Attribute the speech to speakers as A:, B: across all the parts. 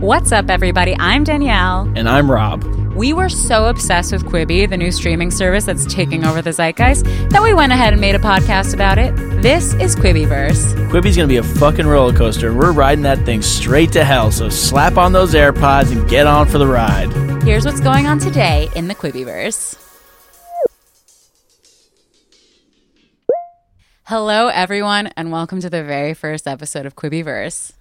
A: What's up, everybody? I'm Danielle.
B: And I'm Rob.
A: We were so obsessed with Quibi, the new streaming service that's taking over the zeitgeist, that we went ahead and made a podcast about it. This is Quibiverse.
B: Quibi's gonna be a fucking roller coaster, and we're riding that thing straight to hell. So slap on those AirPods and get on for the ride.
A: Here's what's going on today in the Quibiverse. Hello, everyone, and welcome to the very first episode of Quibiverse.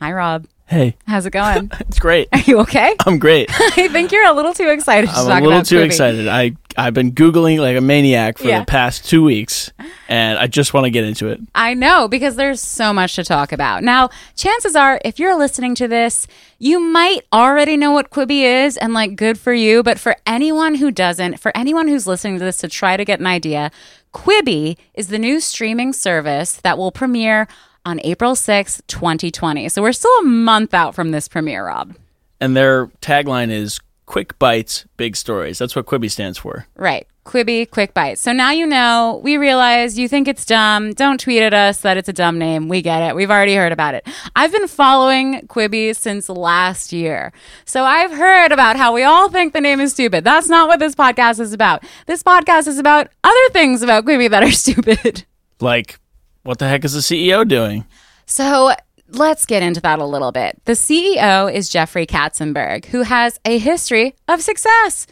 A: Hi, Rob.
B: Hey,
A: How's it going?
B: it's great.
A: Are you okay?
B: I'm great.
A: I think you're a little too excited to talk
B: I'm a little
A: about
B: too
A: Quibi.
B: excited. I I've been googling like a maniac for
A: Yeah.
B: the past two weeks, and I just want to get into it.
A: I know because there's so much to talk about. Now, chances are, if you're listening to this, you might already know what Quibi is and like good for you. But for anyone who doesn't, for anyone who's listening to this to try to get an idea, Quibi is the new streaming service that will premiere on April 6th, 2020. So we're still a month out from this premiere, Rob.
B: And their tagline is "Quick bites, big stories." That's what Quibi stands for.
A: Right. Quibi Quick Bites. So now you know, we realize you think it's dumb. Don't tweet at us that it's a dumb name. We get it. We've already heard about it. I've been following Quibi since last year. So I've heard about how we all think the name is stupid. That's not what this podcast is about. This podcast is about other things about Quibi that are stupid.
B: Like, what the heck is the CEO doing?
A: So let's get into that a little bit. The CEO is Jeffrey Katzenberg, who has a history of success.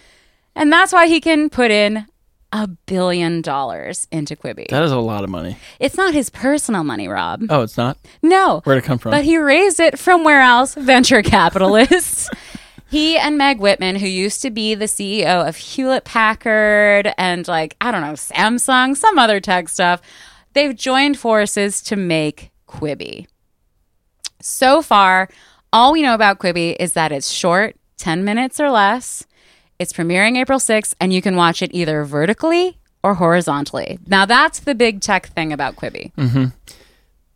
A: And that's why he can put in a billion dollars into Quibi.
B: That is a lot of money.
A: it's not his personal money, Rob.
B: Oh, it's not.
A: No.
B: Where'd it come from?
A: But he raised it from where else? Venture capitalists. he and Meg Whitman, who used to be the CEO of Hewlett Packard and like, I don't know, Samsung, some other tech stuff, they've joined forces to make Quibi. So far, all we know about Quibi is that it's short, 10 minutes or less. It's premiering April 6th, and you can watch it either vertically or horizontally. Now, that's the big tech thing about Quibi.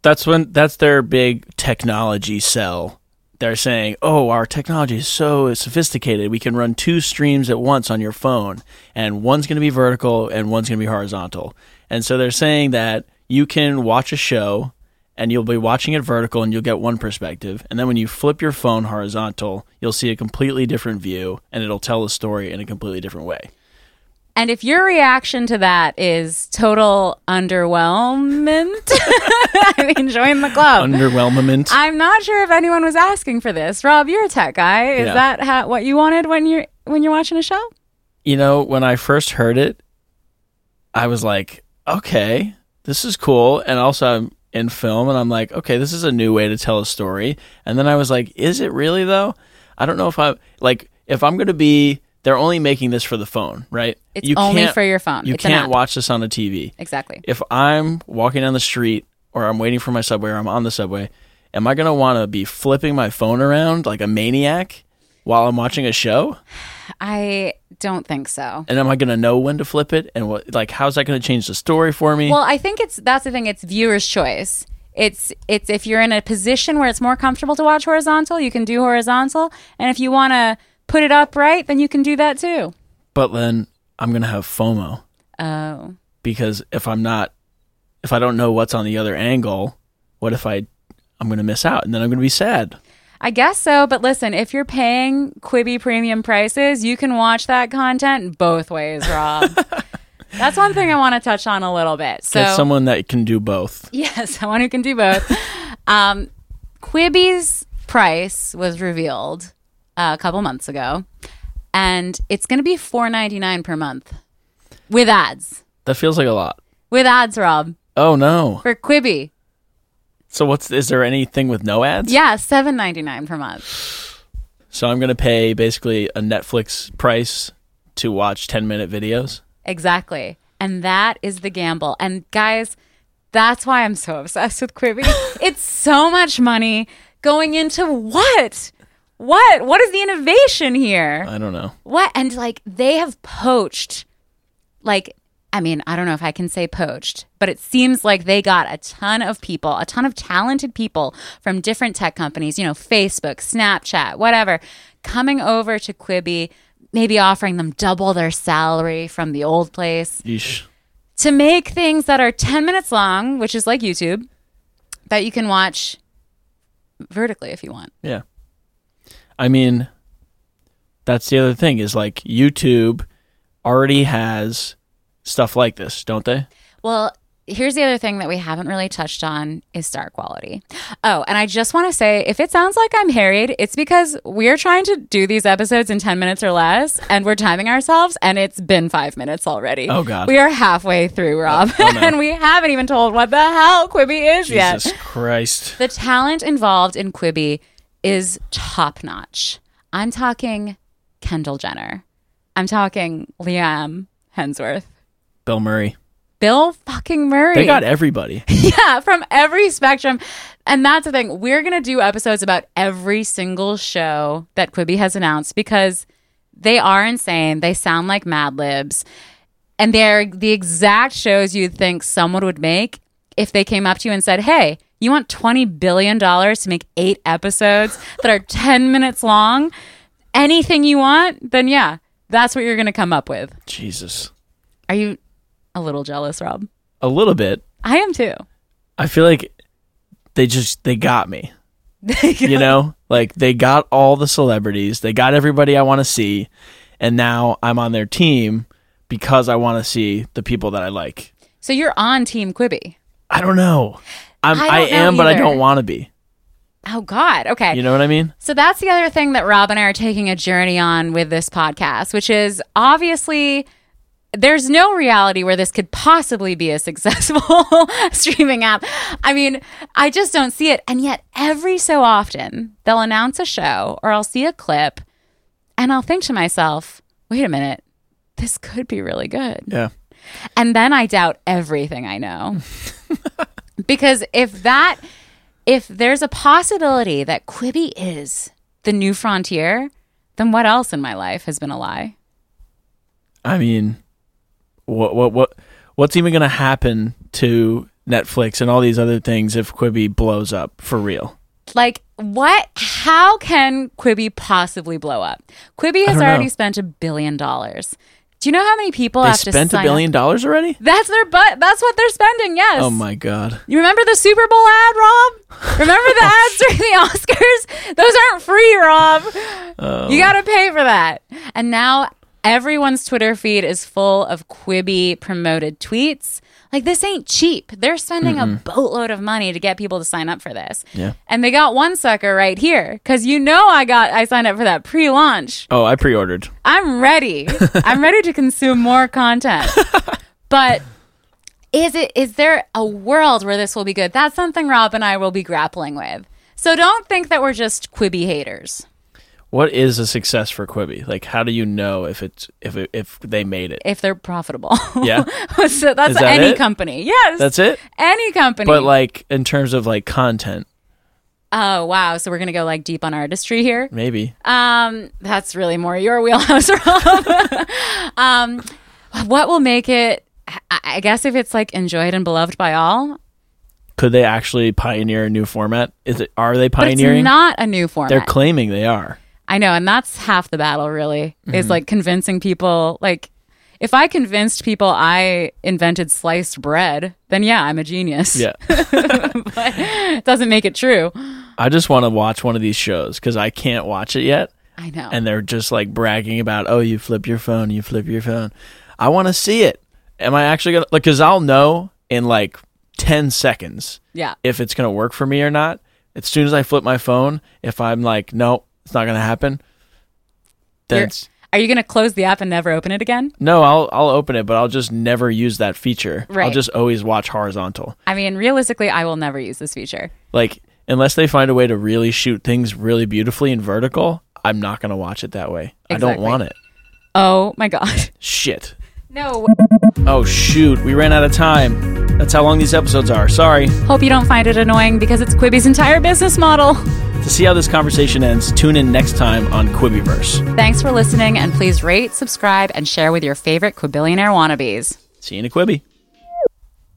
B: that's when that's their big technology sell. They're saying, "Oh, our technology is so sophisticated. We can run two streams at once on your phone, and one's going to be vertical and one's going to be horizontal." And so they're saying that you can watch a show and you'll be watching it vertical and you'll get one perspective, and then when you flip your phone horizontal, you'll see a completely different view and it'll tell the story in a completely different way.
A: And if your reaction to that is total underwhelmment, I mean, join the club.
B: Underwhelmment.
A: I'm not sure if anyone was asking for this. Rob, you're a tech guy. Is
B: Yeah.
A: that how, what you wanted when you're when you're watching a show?
B: you know, when I first heard it, I was like, okay, this is cool. And also, I'm in film and I'm like, okay, this is a new way to tell a story. And then I was like, is it really though? I don't know if I like if I'm going to be. They're only making this for the phone, right?
A: It's only
B: can't-
A: for your phone.
B: You
A: It's an
B: can't
A: app.
B: watch this on a TV.
A: Exactly.
B: If I'm walking down the street or I'm waiting for my subway or I'm on the subway, am I going to want to be flipping my phone around like a maniac while I'm watching a show?
A: I don't think so.
B: and am I going to know when to flip it? And what, like, how's that going to change the story for me?
A: Well, I think it's that's the thing. It's viewer's choice. It's it's if you're in a position where it's more comfortable to watch horizontal, you can do horizontal, and if you want to put it upright, then you can do that too.
B: but then I'm going to have FOMO
A: Oh.
B: because if I'm not, if I don't know what's on the other angle, what if I, I'm going to miss out and then I'm going to be sad.
A: I guess so, but listen, if you're paying Quibi premium prices, you can watch that content both ways, Rob. That's one thing I want to touch on a little bit. So,
B: Get someone that can do both.
A: yes, someone who can do both. um, Quibi's price was revealed uh, a couple months ago, and it's going to be $4.99 per month with ads.
B: That feels like a lot.
A: With ads, Rob,
B: Oh no!
A: for Quibi.
B: So what's is there anything with no ads?
A: Yeah, $7.99 per month.
B: So I'm going to pay basically a Netflix price to watch 10 minute videos.
A: Exactly. And that is the gamble. And guys, that's why I'm so obsessed with Quibi. it's so much money going into what? What? What is the innovation here?
B: I don't know.
A: What? And like they have poached, like, I mean, I don't know if I can say poached, but it seems like they got a ton of people, a ton of talented people from different tech companies, you know, Facebook, Snapchat, whatever, coming over to Quibi, maybe offering them double their salary from the old place
B: Yeesh.
A: to make things that are 10 minutes long, which is like YouTube, that you can watch vertically if you want.
B: Yeah. I mean, that's the other thing is like YouTube already has stuff like this, don't they?
A: Well, here's the other thing that we haven't really touched on is star quality. Oh, and I just want to say if it sounds like I'm harried, it's because we're trying to do these episodes in 10 minutes or less and we're timing ourselves and it's been 5 minutes already.
B: Oh, God.
A: We are halfway through, Rob,
B: oh, no.
A: and we haven't even told what the hell Quibi is yet.
B: Jesus Christ.
A: The talent involved in Quibi is top notch. I'm talking Kendall Jenner. I'm talking Liam Hensworth.
B: Bill Murray.
A: Bill fucking Murray.
B: They got everybody.
A: yeah, from every spectrum. And that's the thing. We're going to do episodes about every single show that Quibi has announced because they are insane. They sound like Mad Libs. And they're the exact shows you'd think someone would make if they came up to you and said, Hey, you want $20 billion to make eight episodes that are 10 minutes long? Anything you want? Then yeah, that's what you're going to come up with.
B: Jesus.
A: Are you a little jealous, Rob?
B: A little bit.
A: I am too.
B: I feel like they just they got me. You know? Like they got all the celebrities, they got everybody I want to see, and now I'm on their team because I want to see the people that I like.
A: So you're on Team Quibi.
B: I don't know. I'm
A: I
B: I,
A: don't know
B: am, but I
A: either.
B: don't want to be.
A: Oh God. Okay.
B: You know what I mean?
A: so that's the other thing that Rob and I are taking a journey on with this podcast, which is obviously there's no reality where this could possibly be a successful streaming app. I mean, I just don't see it. And yet every so often they'll announce a show or I'll see a clip and I'll think to myself, wait a minute, this could be really good.
B: Yeah.
A: And then I doubt everything I know. because if that if there's a possibility that Quibi is the new frontier, then what else in my life has been a lie?
B: I mean, what what what what's even going to happen to Netflix and all these other things if Quibi blows up for real?
A: Like what how can Quibi possibly blow up? Quibi has
B: don't
A: already
B: know.
A: spent a billion dollars. Do you know how many people
B: They
A: have
B: spent
A: to sign
B: a
A: up-
B: billion dollars already?
A: That's their butt. That's what they're spending. Yes.
B: Oh my god.
A: You remember the Super Bowl ad, Rob? Remember the ads during the Oscars? Those aren't free, Rob. You got to pay for that. And now everyone's Twitter feed is full of Quibi promoted tweets. Like, this ain't cheap. They're spending a boatload of money to get people to sign up for this.
B: Yeah.
A: And they got one sucker right here because you know I got, I signed up for that pre launch.
B: Oh, I pre-ordered.
A: I'm ready. I'm ready to consume more content. But is it is there a world where this will be good? That's something Rob and I will be grappling with. So don't think that we're just Quibi haters.
B: What is a success for Quibi? Like how do you know if it's if it, if they made it?
A: If they're profitable.
B: Yeah.
A: so that's
B: Is that
A: any
B: it?
A: company. Yes.
B: That's it?
A: any company.
B: But like in terms of like content,
A: oh wow. So we're gonna go like deep on artistry here.
B: maybe.
A: Um, that's really more your wheelhouse, Rob. um, what will make it? I- I guess if it's like enjoyed and beloved by all,
B: Could they actually pioneer a new format? Is it are they
A: but it's
B: pioneering?
A: not a new format.
B: They're claiming they are.
A: I know, and that's half the battle really
B: Mm-hmm.
A: is like convincing people like if I convinced people I invented sliced bread, then yeah, I'm a genius.
B: Yeah.
A: but it doesn't make it true.
B: I just want to watch one of these shows cuz I can't watch it yet.
A: I know.
B: and they're just like bragging about, oh, you flip your phone, you flip your phone. I want to see it. Am I actually gonna? Like, cause I'll know in like ten seconds
A: yeah.
B: if it's gonna work for me or not. As soon as I flip my phone, if I'm like, no, it's not gonna happen, then
A: You're-
B: it's-
A: Are you going to close the app and never open it again?
B: no, I'll I'll open it, but I'll just never use that feature. I'll
A: Right.
B: just always watch horizontal.
A: I mean, realistically, I will never use this feature.
B: Like, unless they find a way to really shoot things really beautifully in vertical, I'm not gonna watch it that way. I don't
A: Exactly.
B: want it.
A: Oh my god.
B: Shit.
A: No.
B: Oh shoot, we ran out of time. That's how long these episodes are. Sorry.
A: Hope you don't find it annoying because it's Quibi's entire business model.
B: To see how this conversation ends, tune in next time on Quibiverse.
A: Thanks for listening and please rate, subscribe and share with your favorite Quibillionaire wannabes.
B: See you in a Quibi.